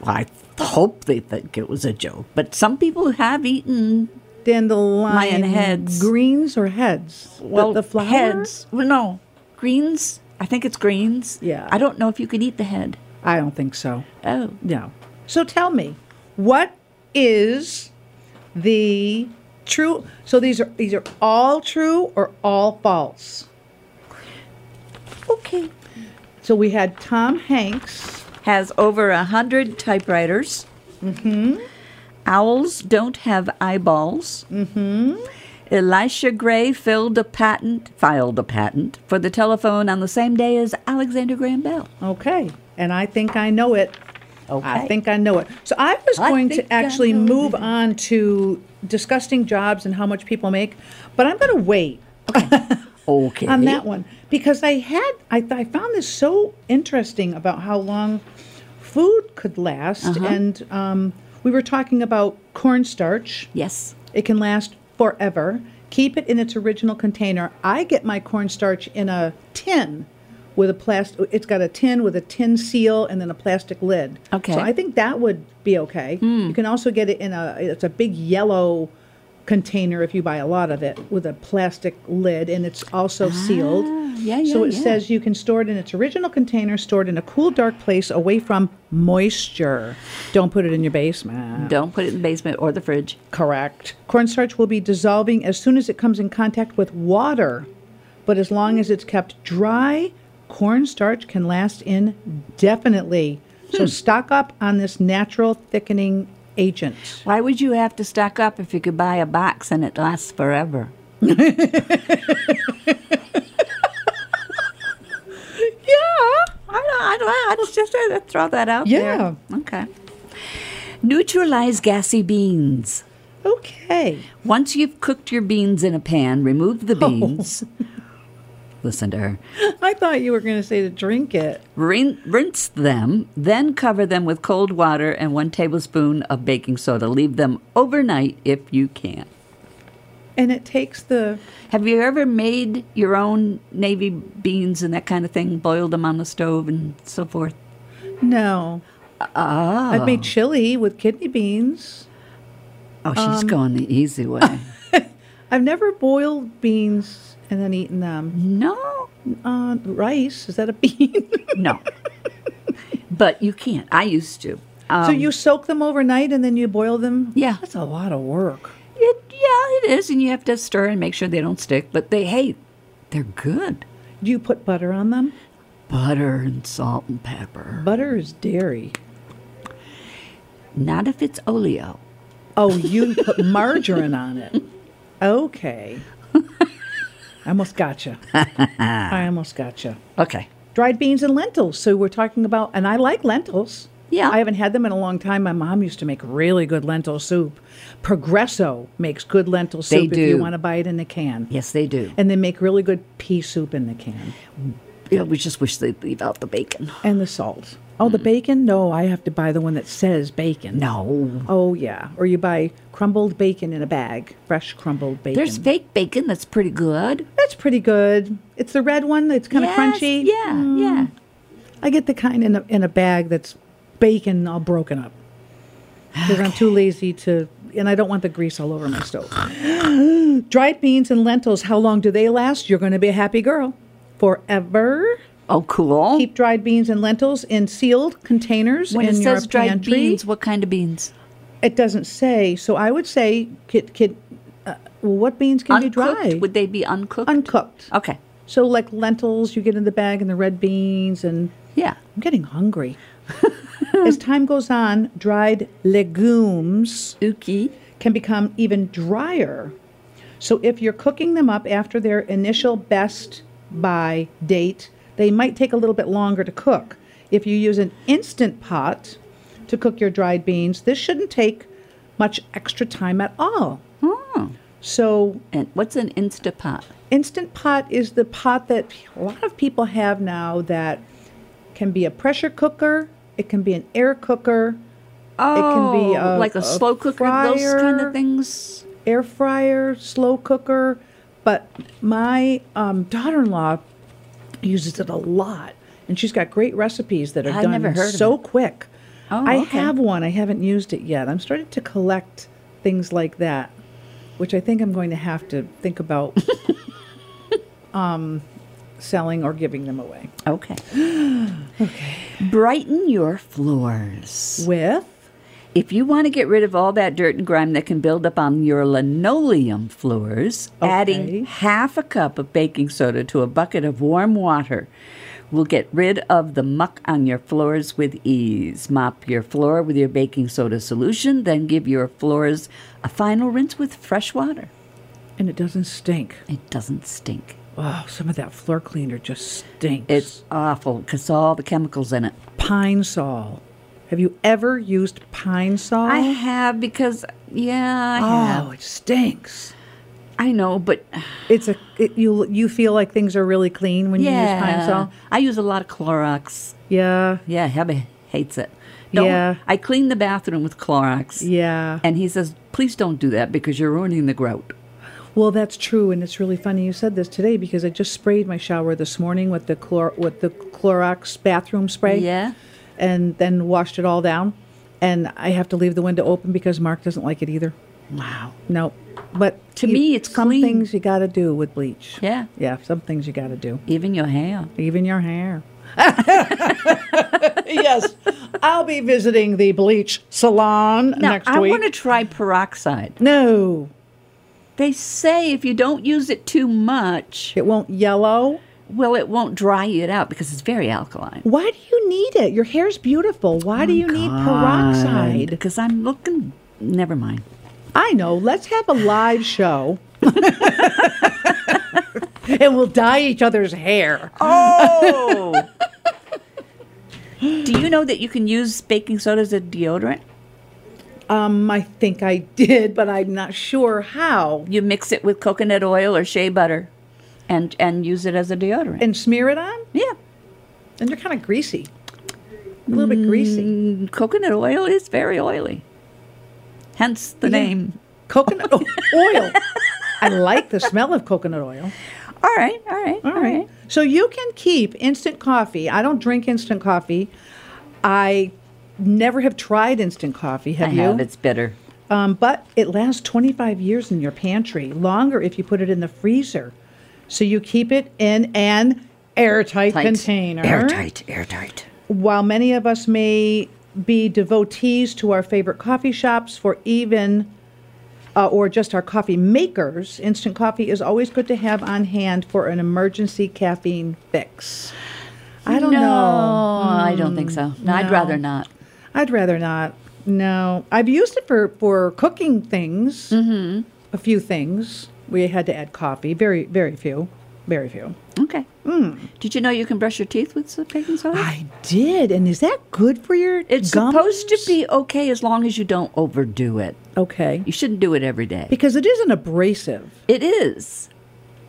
Well, I th- hope they think it was a joke, but some people have eaten
Dandelion
Lion heads.
Greens or heads? The-
well
the, flowers.
heads. Well, no greens. I think it's greens.
Yeah.
I don't know if you can eat the head.
I don't think so.
Oh.
No. So tell me, what is the true? So these are these are all true or all false?
Okay.
So we had Tom Hanks.
has over a hundred typewriters. Mm-hmm. Owls don't have eyeballs. Mm-hmm. Elisha Gray filled a patent, filed a patent for the telephone on the same day as Alexander Graham Bell.
Okay, and I think I know it. I
Okay.
think I know it. So I was
I
going
think
to
I
actually
know
move on to disgusting jobs and how much people make, but I'm going to wait
Okay.
on that one because I had I, th- I found this so interesting about how long food could last, and um, we were talking about cornstarch.
Yes.
It can last forever. Keep it in its original container. I get my cornstarch in a tin with a plastic it's got a tin with a tin seal and then a plastic lid.
Okay. Hmm.
So I think that would be okay. You can also get it in a it's a big yellow container if you buy a lot of it with a plastic lid and it's also sealed.
Ah, yeah, yeah,
so it
yeah.
says you can store it in its original container, stored in a cool, dark place away from moisture. Don't put it in your basement.
Don't put it in the basement or the fridge.
Correct. Cornstarch will be dissolving as soon as it comes in contact with water, but as long as it's kept dry, cornstarch can last indefinitely. So stock up on this natural thickening agent.
Why would you have to stock up if you could buy a box and it lasts forever?
Yeah.
I don't, I don't, I just, just had to throw that out
Yeah.
there. Okay. Neutralize gassy beans.
Okay.
Once you've cooked your beans in a pan, remove the beans. Listen to her.
I thought you were going to say to drink it.
Rin- rinse them, then cover them with cold water and one tablespoon of baking soda. Leave them overnight if you can.
And it takes the.
Have you ever made your own navy beans and that kind of thing, boiled them on the stove and so forth?
No. Ah. I've made chili with kidney beans.
Oh, she's going the <laughs> easy way.
I've never boiled beans and then eaten them.
no,
Uh, rice, is that a <laughs> bean?
no. but you can't. I used to.
so you soak them overnight and then you boil them?
Um, Yeah.
That's a lot of work.
It, yeah, it is, and you have to stir and make sure they don't stick. But they, hey, they're good.
Do you put butter on them?
Butter and salt and pepper.
Butter is dairy.
Not if it's oleo.
Oh, you
<laughs>
put margarine on it. Okay. I
<laughs>
almost gotcha. I almost gotcha.
Okay.
dried beans and lentils. So we're talking about, and I like lentils.
Yeah.
I haven't had them in a long time. My mom used to make really good lentil soup. Progresso makes good lentil
They
soup if you
do.
want to buy it in a can.
Yes, they do.
And they make really good pea soup in the can.
Yeah, we just wish they'd leave out the bacon.
And the salt. Oh, the bacon? No, I have to buy the one that says bacon.
Mm. No.
Oh, yeah. Or you buy crumbled bacon in a bag, fresh crumbled bacon.
There's fake bacon that's pretty good.
That's pretty good. It's the red one. It's kind
Yes,
of crunchy. Mm.
Yeah, yeah.
I get the kind in a, in a bag that's bacon all broken up because I'm too lazy to, and I don't want the grease all over my stove. <gasps> Dried beans and lentils, how long do they last? You're going to be a happy girl. Forever.
Oh, cool.
Keep dried beans and lentils in sealed containers
when
in
it
your
says dried
pantry.
beans, what kind of beans?
it doesn't say. So I would say, kid, kid, uh, what beans can you
uncooked?
dry?
Would they be uncooked?
Uncooked.
okay.
So like lentils, you get in the bag, and the red beans, and
Yeah.
I'm getting hungry. <laughs> As time goes on, dried legumes
Uki.
can become even drier. So if you're cooking them up after their initial best by date, they might take a little bit longer to cook. If you use an instant pot to cook your dried beans, this shouldn't take much extra time at all.
Hmm.
So
And what's an Instapot?
Instant pot is the pot that a lot of people have now that can be a pressure cooker, it can be an air cooker,
Oh,
can be a-
like a,
a
slow cooker, those kind
fryer.
of things.
air fryer, slow cooker. But my um, daughter in law uses it a lot, and she's got great recipes that are
I've
done
never heard of
so quick.
Oh,
I
okay.
have one, I haven't used it yet. I'm starting to collect things like that, which I think I'm going to have to
<laughs>
think about. um, selling or giving them away <gasps>
Okay. okay. Brighten your floors.
with
If you want to get rid of all that dirt and grime that can build up on your linoleum floors,
Okay.
adding half a cup of baking soda to a bucket of warm water will get rid of the muck on your floors with ease. Mop your floor with your baking soda solution, then give your floors a final rinse with fresh water.
and it doesn't stink.
It doesn't stink.
Oh, some of that floor cleaner just stinks.
It's awful because all the chemicals in it.
pine sol. Have you ever used pine sol?
I have because, yeah, I
Oh,
have.
it stinks.
I know, but
It's a it, you you feel like things are really clean when you use pine
yeah,
sol.
I use a lot of Clorox.
Yeah,
Yeah, Hebby hates it. Don't-
Yeah.
I clean the bathroom with Clorox.
yeah.
And he says, please don't do that because you're ruining the grout.
Well, that's true, and it's really funny you said this today because I just sprayed my shower this morning with the chlor with the Clorox bathroom spray.
Yeah.
and then washed it all down, and I have to leave the window open because Mark doesn't like it either. Wow. No. But
To me, it's
some
clean.
things you got to do with bleach.
Yeah.
Yeah, some things you got to do.
Even your hair.
Even your hair. <laughs> yes. I'll be visiting the bleach salon
Now,
next
I
week.
want to try peroxide.
no.
They say if you don't use it too much,
It won't yellow.
well, it won't dry it out because it's very alkaline.
Why do you need it? Your hair's beautiful. Why do you need peroxide?
Because I'm looking. Never mind.
I know. Let's have a live show. <laughs> and we'll dye each other's hair.
Oh! <laughs> Do you know that you can use baking soda as a deodorant?
Um, I think I did, but I'm not sure how.
You mix it with coconut oil or shea butter, and and use it as a deodorant.
And smear it on?
yeah,
And they're kind of greasy. A little bit greasy.
And coconut oil is very oily. Hence the name.
Coconut o- oil. I like the smell of coconut oil.
All right, all right, all right.
So you can keep instant coffee. I don't drink instant coffee. I never have tried instant coffee. Have
I
you?
have. It's bitter.
Um, but it lasts 25 years in your pantry, longer if you put it in the freezer. So you keep it in an airtight
Tight.
container.
Airtight. Airtight.
While many of us may be devotees to our favorite coffee shops for even uh, or just our coffee makers, instant coffee is always good to have on hand for an emergency caffeine fix. I don't
no,
know.
Oh, I don't think so. No, I'd rather not.
I'd rather not. No, I've used it for for cooking things. Mm-hmm. A few things we had to add coffee. Very very few, very few.
Okay.
Hmm.
Did you know you can brush your teeth with some baking
<gasps>
soda?
I did, and is that good for your?
it's
gums?
supposed to be okay as long as you don't overdo it.
okay
You shouldn't do it every day.
because it is an abrasive.
It is.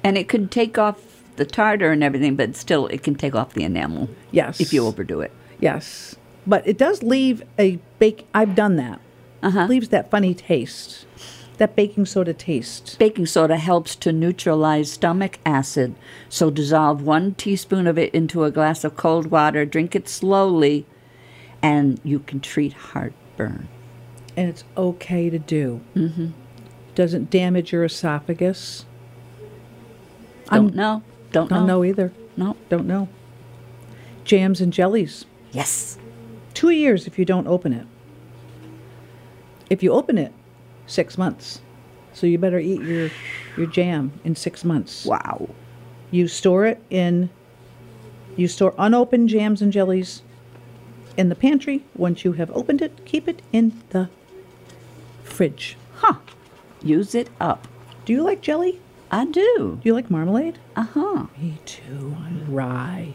And it could take off the tartar and everything, but still it can take off the enamel.
Yes.
If you overdo it.
Yes, but it does leave a bake. I've done that. Uh-huh. Leaves that funny taste, that baking soda taste.
Baking soda helps to neutralize stomach acid, so dissolve one teaspoon of it into a glass of cold water, drink it slowly, and you can treat heartburn.
and it's okay to do. Mm-hmm. Doesn't damage your esophagus.
Don't know. Um, Don't,
Don't
know.
know either.
No.
Don't know. Jams and jellies.
Yes.
Two years if you don't open it. If you open it, six months. So you better eat your your jam in six months.
Wow.
You store it in. You store unopened jams and jellies in the pantry. Once you have opened it, keep it in the fridge.
Huh. Use it up.
Do you like jelly?
I do.
Do you like marmalade?
Uh huh.
Me too. On rye.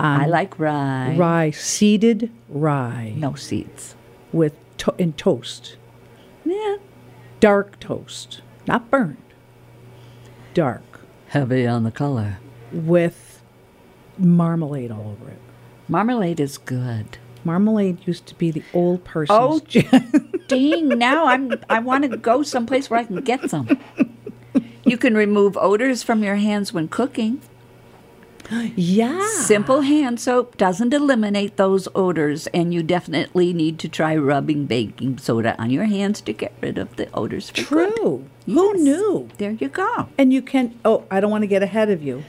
I like rye.
Rye, seeded rye
No seeds.
with to- in toast,
Yeah.
dark toast, not burned. Dark
Heavy on the color.
with marmalade all over it.
Marmalade is good.
Marmalade used to be the old person's.
Oh,
jam. <laughs>
Dang, now I'm <laughs> I want to go someplace where I can get some. You can remove odors from your hands when cooking.
yeah.
Simple hand soap doesn't eliminate those odors, and you definitely need to try rubbing baking soda on your hands to get rid of the odors. For good.
True. Who
Yes.
knew?
There you go.
And you can. Oh, I don't want to get ahead of you.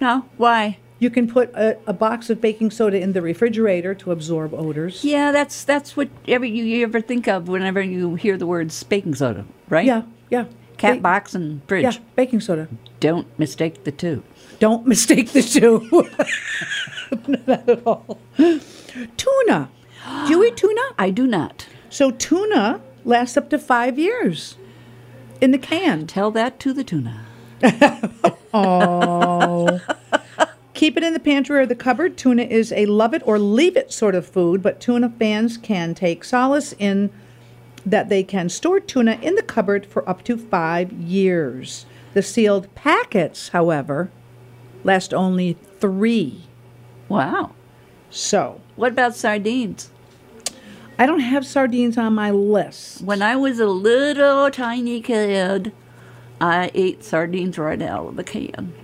No, why?
You can put a, a box of baking soda in the refrigerator to absorb odors.
Yeah, that's that's what every you, you ever think of whenever you hear the words baking soda, right?
Yeah. Yeah.
Cat
Ba-
box and fridge.
Yeah. Baking soda.
Don't mistake the two.
Don't <laughs> mistake the two. Not at all. Tuna.
<gasps>
Do you eat tuna?
I do not.
So tuna lasts up to five years in the can.
Tell that to the tuna.
Keep it in the pantry or the cupboard. Tuna is a love it or leave it sort of food, but tuna fans can take solace in that they can store tuna in the cupboard for up to five years. The sealed packets, however, last only three.
Wow.
So
What about sardines?
I don't have sardines on my list.
When I was a little tiny kid, I ate sardines right out of the can.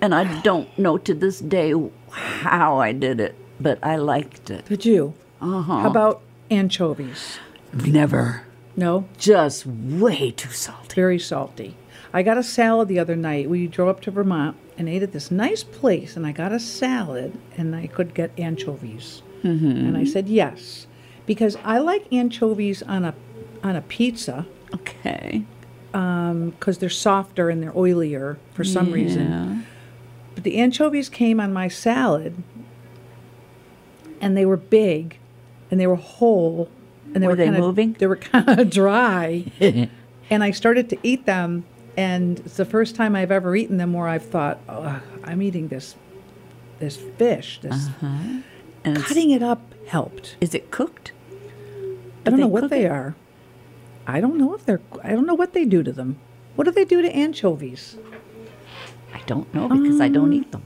And I don't know to this day how I did it, but I liked it.
Did you? Uh huh. How about anchovies?
Never.
No,
Just way too salty.
very salty. I got a salad the other night. We drove up to Vermont and ate at this nice place, and I got a salad, and I could get anchovies. Mm-hmm. And I said yes, because I like anchovies on a on a pizza
Okay.
because they're softer and they're oilier for some reason. But the anchovies came on my salad, and they were big, and they were whole, and they
Were
were,
they
kinda,
moving?
They were kind of <laughs>
<laughs>
dry, and I started to eat them, and it's the first time I've ever eaten them where I've thought, oh, I'm eating this, this fish. This
Uh-huh. And it's-
cutting it up helped.
Is it cooked?
I don't
they
know what
cook
they
it?
are. I don't know if they're. I don't know what they do to them. What do they do to anchovies?
I don't know because I don't eat them.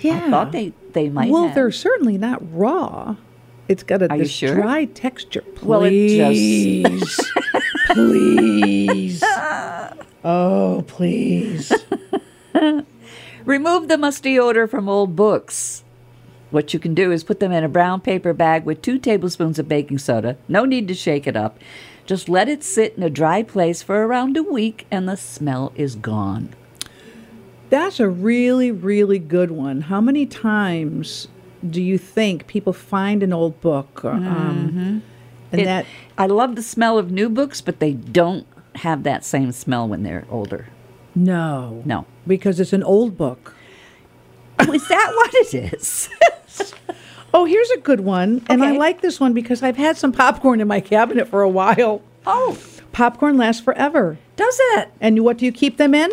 Yeah.
I thought they, they might
Hmm. well,
have.
they're certainly not raw. It's got a
Are you
this
sure?
dry texture. Please.
Well, it
just
<laughs>
please. Oh, please.
Remove the musty odor from old books. What you can do is put them in a brown paper bag with two tablespoons of baking soda. No need to shake it up. Just let it sit in a dry place for around a week and the smell is gone.
That's a really, really good one. How many times do you think people find an old book? Or, um, and
Mm-hmm. It-
that
I love the smell of new books, but they don't have that same smell when they're older.
no,
No.
because it's an old book.
Oh, <laughs> is that what it is?
Oh, here's a good one, and I
Okay.
like this one because I've had some popcorn in my cabinet for a while.
oh,
Popcorn lasts forever.
does it?
And what do you keep them in?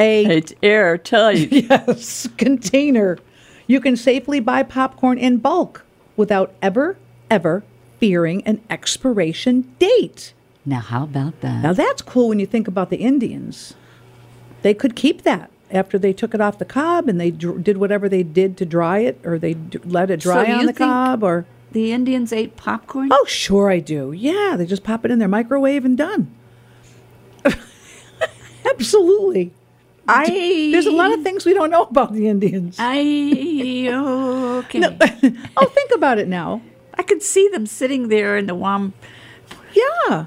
A
It's <laughs> airtight.
yes <laughs> container. You can safely buy popcorn in bulk without ever, ever fearing an expiration date.
now, how about that?
Now that's cool when you think about the Indians. They could keep that after they took it off the cob and they dr- did whatever they did to dry it, or they d- let it
So
dry
you
on the
think-
cob, or
The Indians ate popcorn?
oh, sure I do. Yeah, they just pop it in their microwave and done. <laughs> Absolutely.
I. Uh,
There's a lot of things we don't know about the Indians.
I okay.
<laughs> oh, think about it now.
I could see them sitting there in the warm.
Yeah,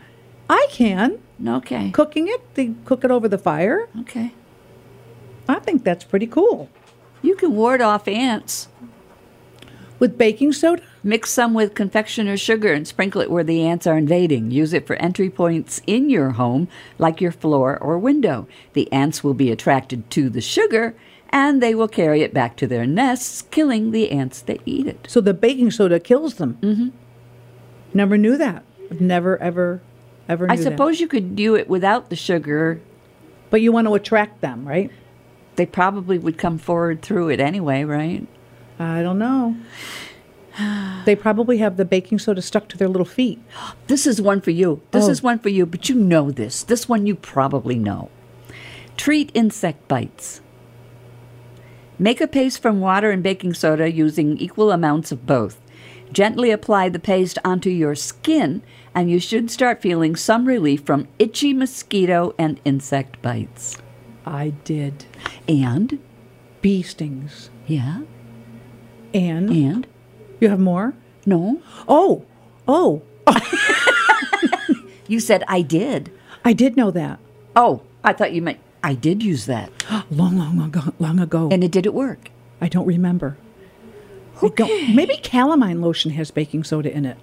I can.
Okay.
Cooking it, they cook it over the fire.
Okay.
I think that's pretty cool.
You can ward off ants.
With baking soda?
Mix some with confectioner sugar and sprinkle it where the ants are invading. Use it for entry points in your home, like your floor or window. The ants will be attracted to the sugar and they will carry it back to their nests, killing the ants that eat it.
So the baking soda kills them. Mm-hmm. Never knew that. Never, ever, ever knew
I
that.
suppose you could do it without the sugar.
But you want to attract them, right?
They probably would come forward through it anyway, right?
I
<sighs>
don't know. They probably have the baking soda stuck to their little feet.
This is one for you. This
Oh.
is one for you, but you know this. This one you probably know. Treat insect bites. Make a paste from water and baking soda using equal amounts of both. Gently apply the paste onto your skin, and you should start feeling some relief from itchy mosquito and insect bites.
I did.
And,
Bee stings.
yeah,
And
and,
you have more?
no,
Oh, oh,
you said I did.
I did know that. <gasps>
Oh, I thought you meant I did use that,
Long, long ago. Long ago.
and it didn't work.
I don't remember. I don't, maybe calamine lotion has baking soda in it.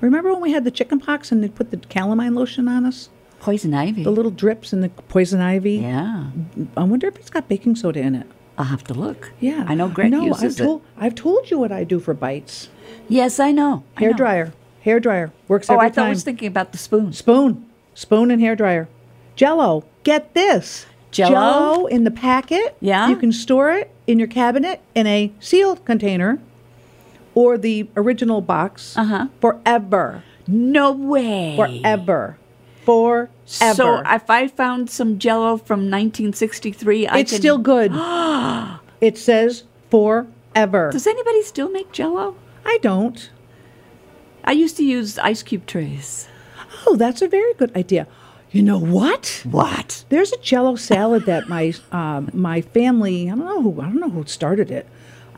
Remember when we had the chicken pox and they put the calamine lotion on us?
Poison ivy.
The little drips and the poison ivy?
yeah.
I wonder if it's got baking soda in it.
I'll have to look.
Yeah.
I know Greg
no,
uses
I've
it.
told, I've told you what I do for bites.
Yes, I know. I
Hair
know.
dryer. Hair dryer. Works
Oh,
every
I thought
time.
I was thinking about the spoons.
Spoon. Spoon and hair dryer. Jello. Get this.
Jell-O?
Jell-O in the packet.
Yeah.
You can store it in your cabinet in a sealed container or the original box
Uh-huh.
forever.
No way.
Forever. Forever.
So if I found some Jello from 1963, I
it's
can- <gasps>
still good. it says forever.
Does anybody still make Jello?
I don't.
I used to use ice cube trays.
Oh, that's a very good idea. You know what?
What?
There's a Jello salad that my um, my family I don't know who I don't know who started it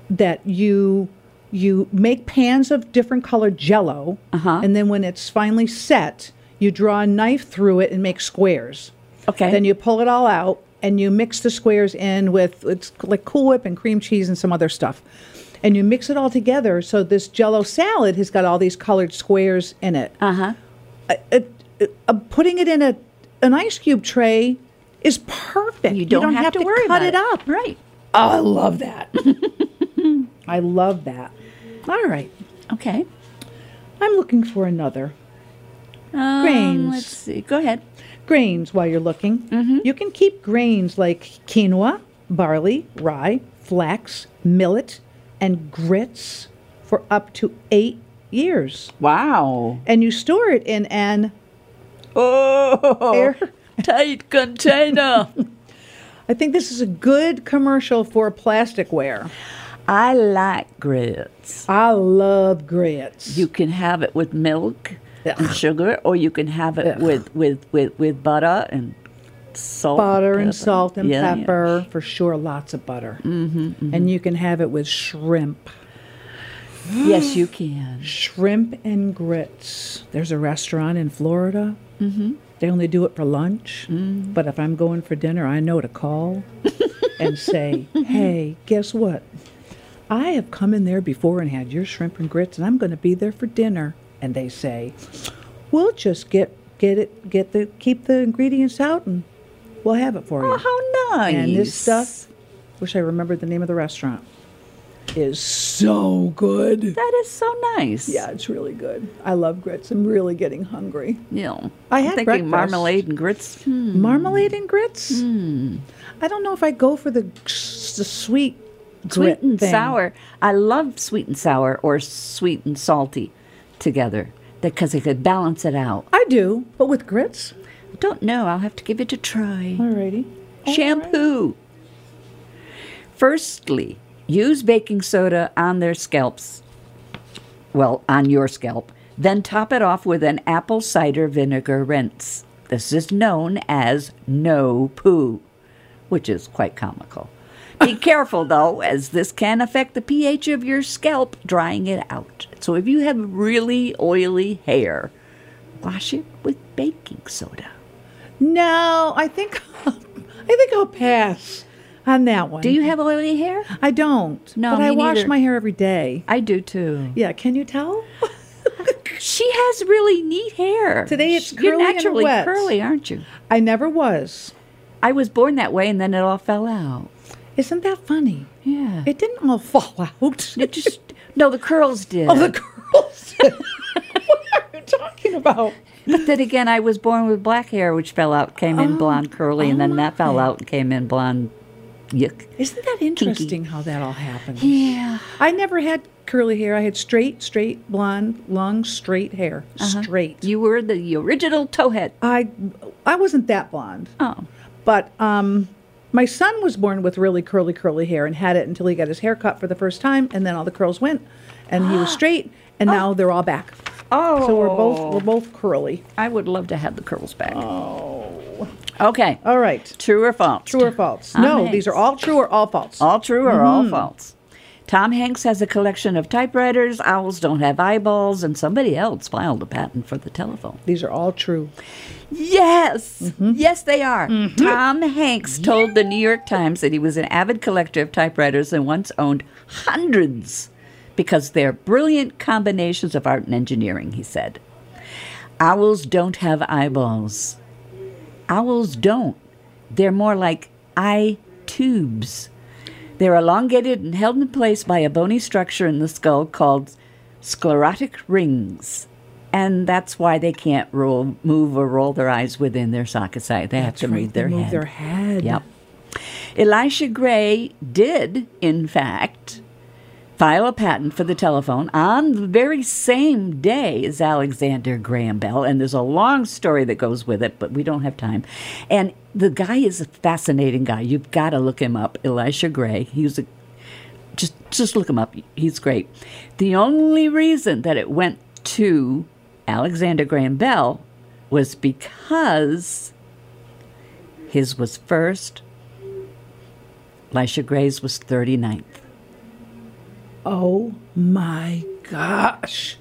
that you you make pans of different colored jello,
Uh-huh.
and then when it's finally set, you draw a knife through it and make squares.
Okay.
Then you pull it all out and you mix the squares in with it's like Cool Whip and cream cheese and some other stuff. And you mix it all together so this jello salad has got all these colored squares in it. Uh-huh. it, it- uh, putting it in a an ice cube tray is perfect.
You don't, have, to, worry about
cut it up.
Right.
Oh, I love that. <laughs> I love that. All right.
Okay.
I'm looking for another.
Um,
Grains.
Let's see. Go ahead.
Grains while you're looking.
Mm-hmm.
You can keep grains like quinoa, barley, rye, flax, millet, and grits for up to eight years.
Wow.
And you store it in an
Oh,
air.
tight container.
I think this is a good commercial for plasticware.
<laughs> I like grits.
I love grits.
You can have it with milk and
Ugh.
sugar, or you can have it
Ugh.
with, with, with, with butter and salt.
butter and
pepper.
salt and
Yeah, yeah.
pepper for sure lots of butter mm-hmm, and you can have it with shrimp
<gasps> Yes, you can.
shrimp and grits there's a restaurant in florida mm-hmm. they only do it for lunch
Mm.
but if i'm going for dinner i know
<laughs>
to call and say hey guess what i have come in there before and had your shrimp and grits and i'm going to be there for dinner and they say we'll just get get it get the keep the ingredients out and we'll have it for you
Oh, how nice.
and this stuff, wish I remembered the name of the restaurant, is so good.
That is so nice.
Yeah, it's really good. I love grits. I'm really getting hungry.
Yeah.
I
I'm
had
thinking
breakfast.
marmalade and grits. Hmm.
Marmalade and grits? I don't know if I go for the, s- the sweet
Sweet
grit
and
thing.
sour. I love sweet and sour or sweet and salty together because they could balance it out.
I do, but with grits?
Don't know. I'll have to give it a try.
Alrighty.
Oh, Shampoo. Firstly, use baking soda on their scalps. Well, on your scalp. Then top it off with an apple cider vinegar rinse. This is known as no poo, which is quite comical. <laughs> Be careful though, as this can affect the pH of your scalp, drying it out. So if you have really oily hair, wash it with baking soda.
No, I think I think I'll pass on that one.
Do you have oily hair?
I don't.
No,
but
me
I wash
neither.
my hair every day.
I do too.
Yeah, can you tell?
She has really neat hair.
Today it's
You're
curly and
naturally
wet.
curly, aren't you?
I never was.
I was born that way, and then it all fell out.
Isn't that funny?
Yeah.
It didn't all fall <laughs>
<laughs>
out.
It just no, the curls did.
oh, the girls. <laughs> what are you talking about?
but then again, I was born with black hair, which fell out, came
Oh,
in blonde curly, and then that fell out and came in blonde. Yuck.
Isn't that interesting how that all happened?
Yeah.
I never had curly hair. I had straight, straight, blonde, long, straight hair. Straight.
Uh-huh. You were the original towhead.
I, I wasn't that blonde,
Oh.
but um, my son was born with really curly, curly hair and had it until he got his hair cut for the first time, and then all the curls went, and he
Ah.
was straight, and now they're all back.
Oh.
So we're both we're both curly.
I would love to have the curls back. Oh. Okay.
All right.
True or false?
Oh. True or false?
I'm
No, these
Hanks.
are all true or all false.
All true or all false? Tom Hanks has a collection of typewriters, owls don't have eyeballs, and somebody else filed a patent for the telephone. Mm-hmm.
These are all true.
Yes, yes, they are. Tom Hanks told the New York Times that he was an avid collector of typewriters and once owned hundreds because they're brilliant combinations of art and engineering, he said. Owls don't have eyeballs. Owls don't. They're more like eye tubes. They're elongated and held in place by a bony structure in the skull called sclerotic rings. And that's why they can't roll, move or roll their eyes within their socket eye. They have to move their
Move
head.
their head.
Yep. Elisha Gray did, in fact, file a patent for the telephone on the very same day as Alexander Graham Bell. And there's a long story that goes with it, but we don't have time. And the guy is a fascinating guy. You've got to look him up, Elisha Gray. He was a just just look him up. He's great. The only reason that it went to Alexander Graham Bell was because his was first. Lisha Gray's was 39th.
oh my gosh.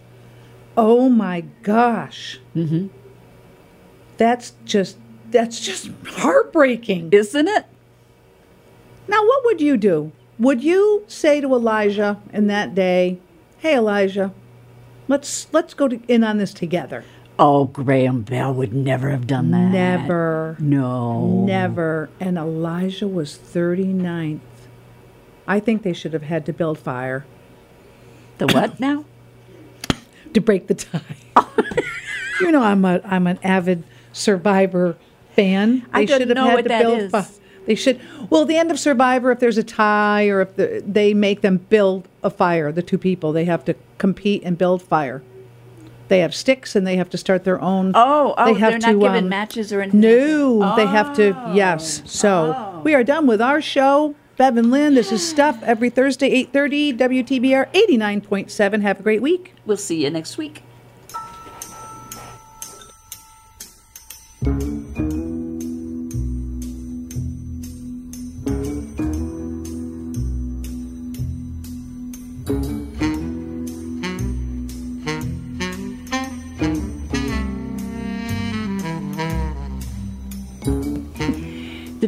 Oh my gosh. Mm-hmm. That's just that's just heartbreaking.
Isn't it?
Now, what would you do? Would you say to Elijah in that day, "Hey, Elijah, let's let's go to, in on this together"?
Oh, Graham Bell would never have done that.
Never,
No.
never. And Elijah was 39th. I think they should have had to build fire
The <coughs> what now?
to break
<laughs>
the tie. you know, I'm a I'm an avid Survivor fan. They
I don't
should have
know
had
what
to
that
build
is.
fi- They should. Well, the end of Survivor, if there's a tie or if the, they make them build a fire, the two people they have to compete and build fire. They have sticks and they have to start their own.
Oh, oh,
they have
they're
to,
not given
um,
matches or anything. Oh.
No, they have to. Yes. So we are done with our show. Bev and Lynn, this is stuff every Thursday, eight thirty, WTBR eighty nine point seven. Have a great week.
We'll see you next week.
The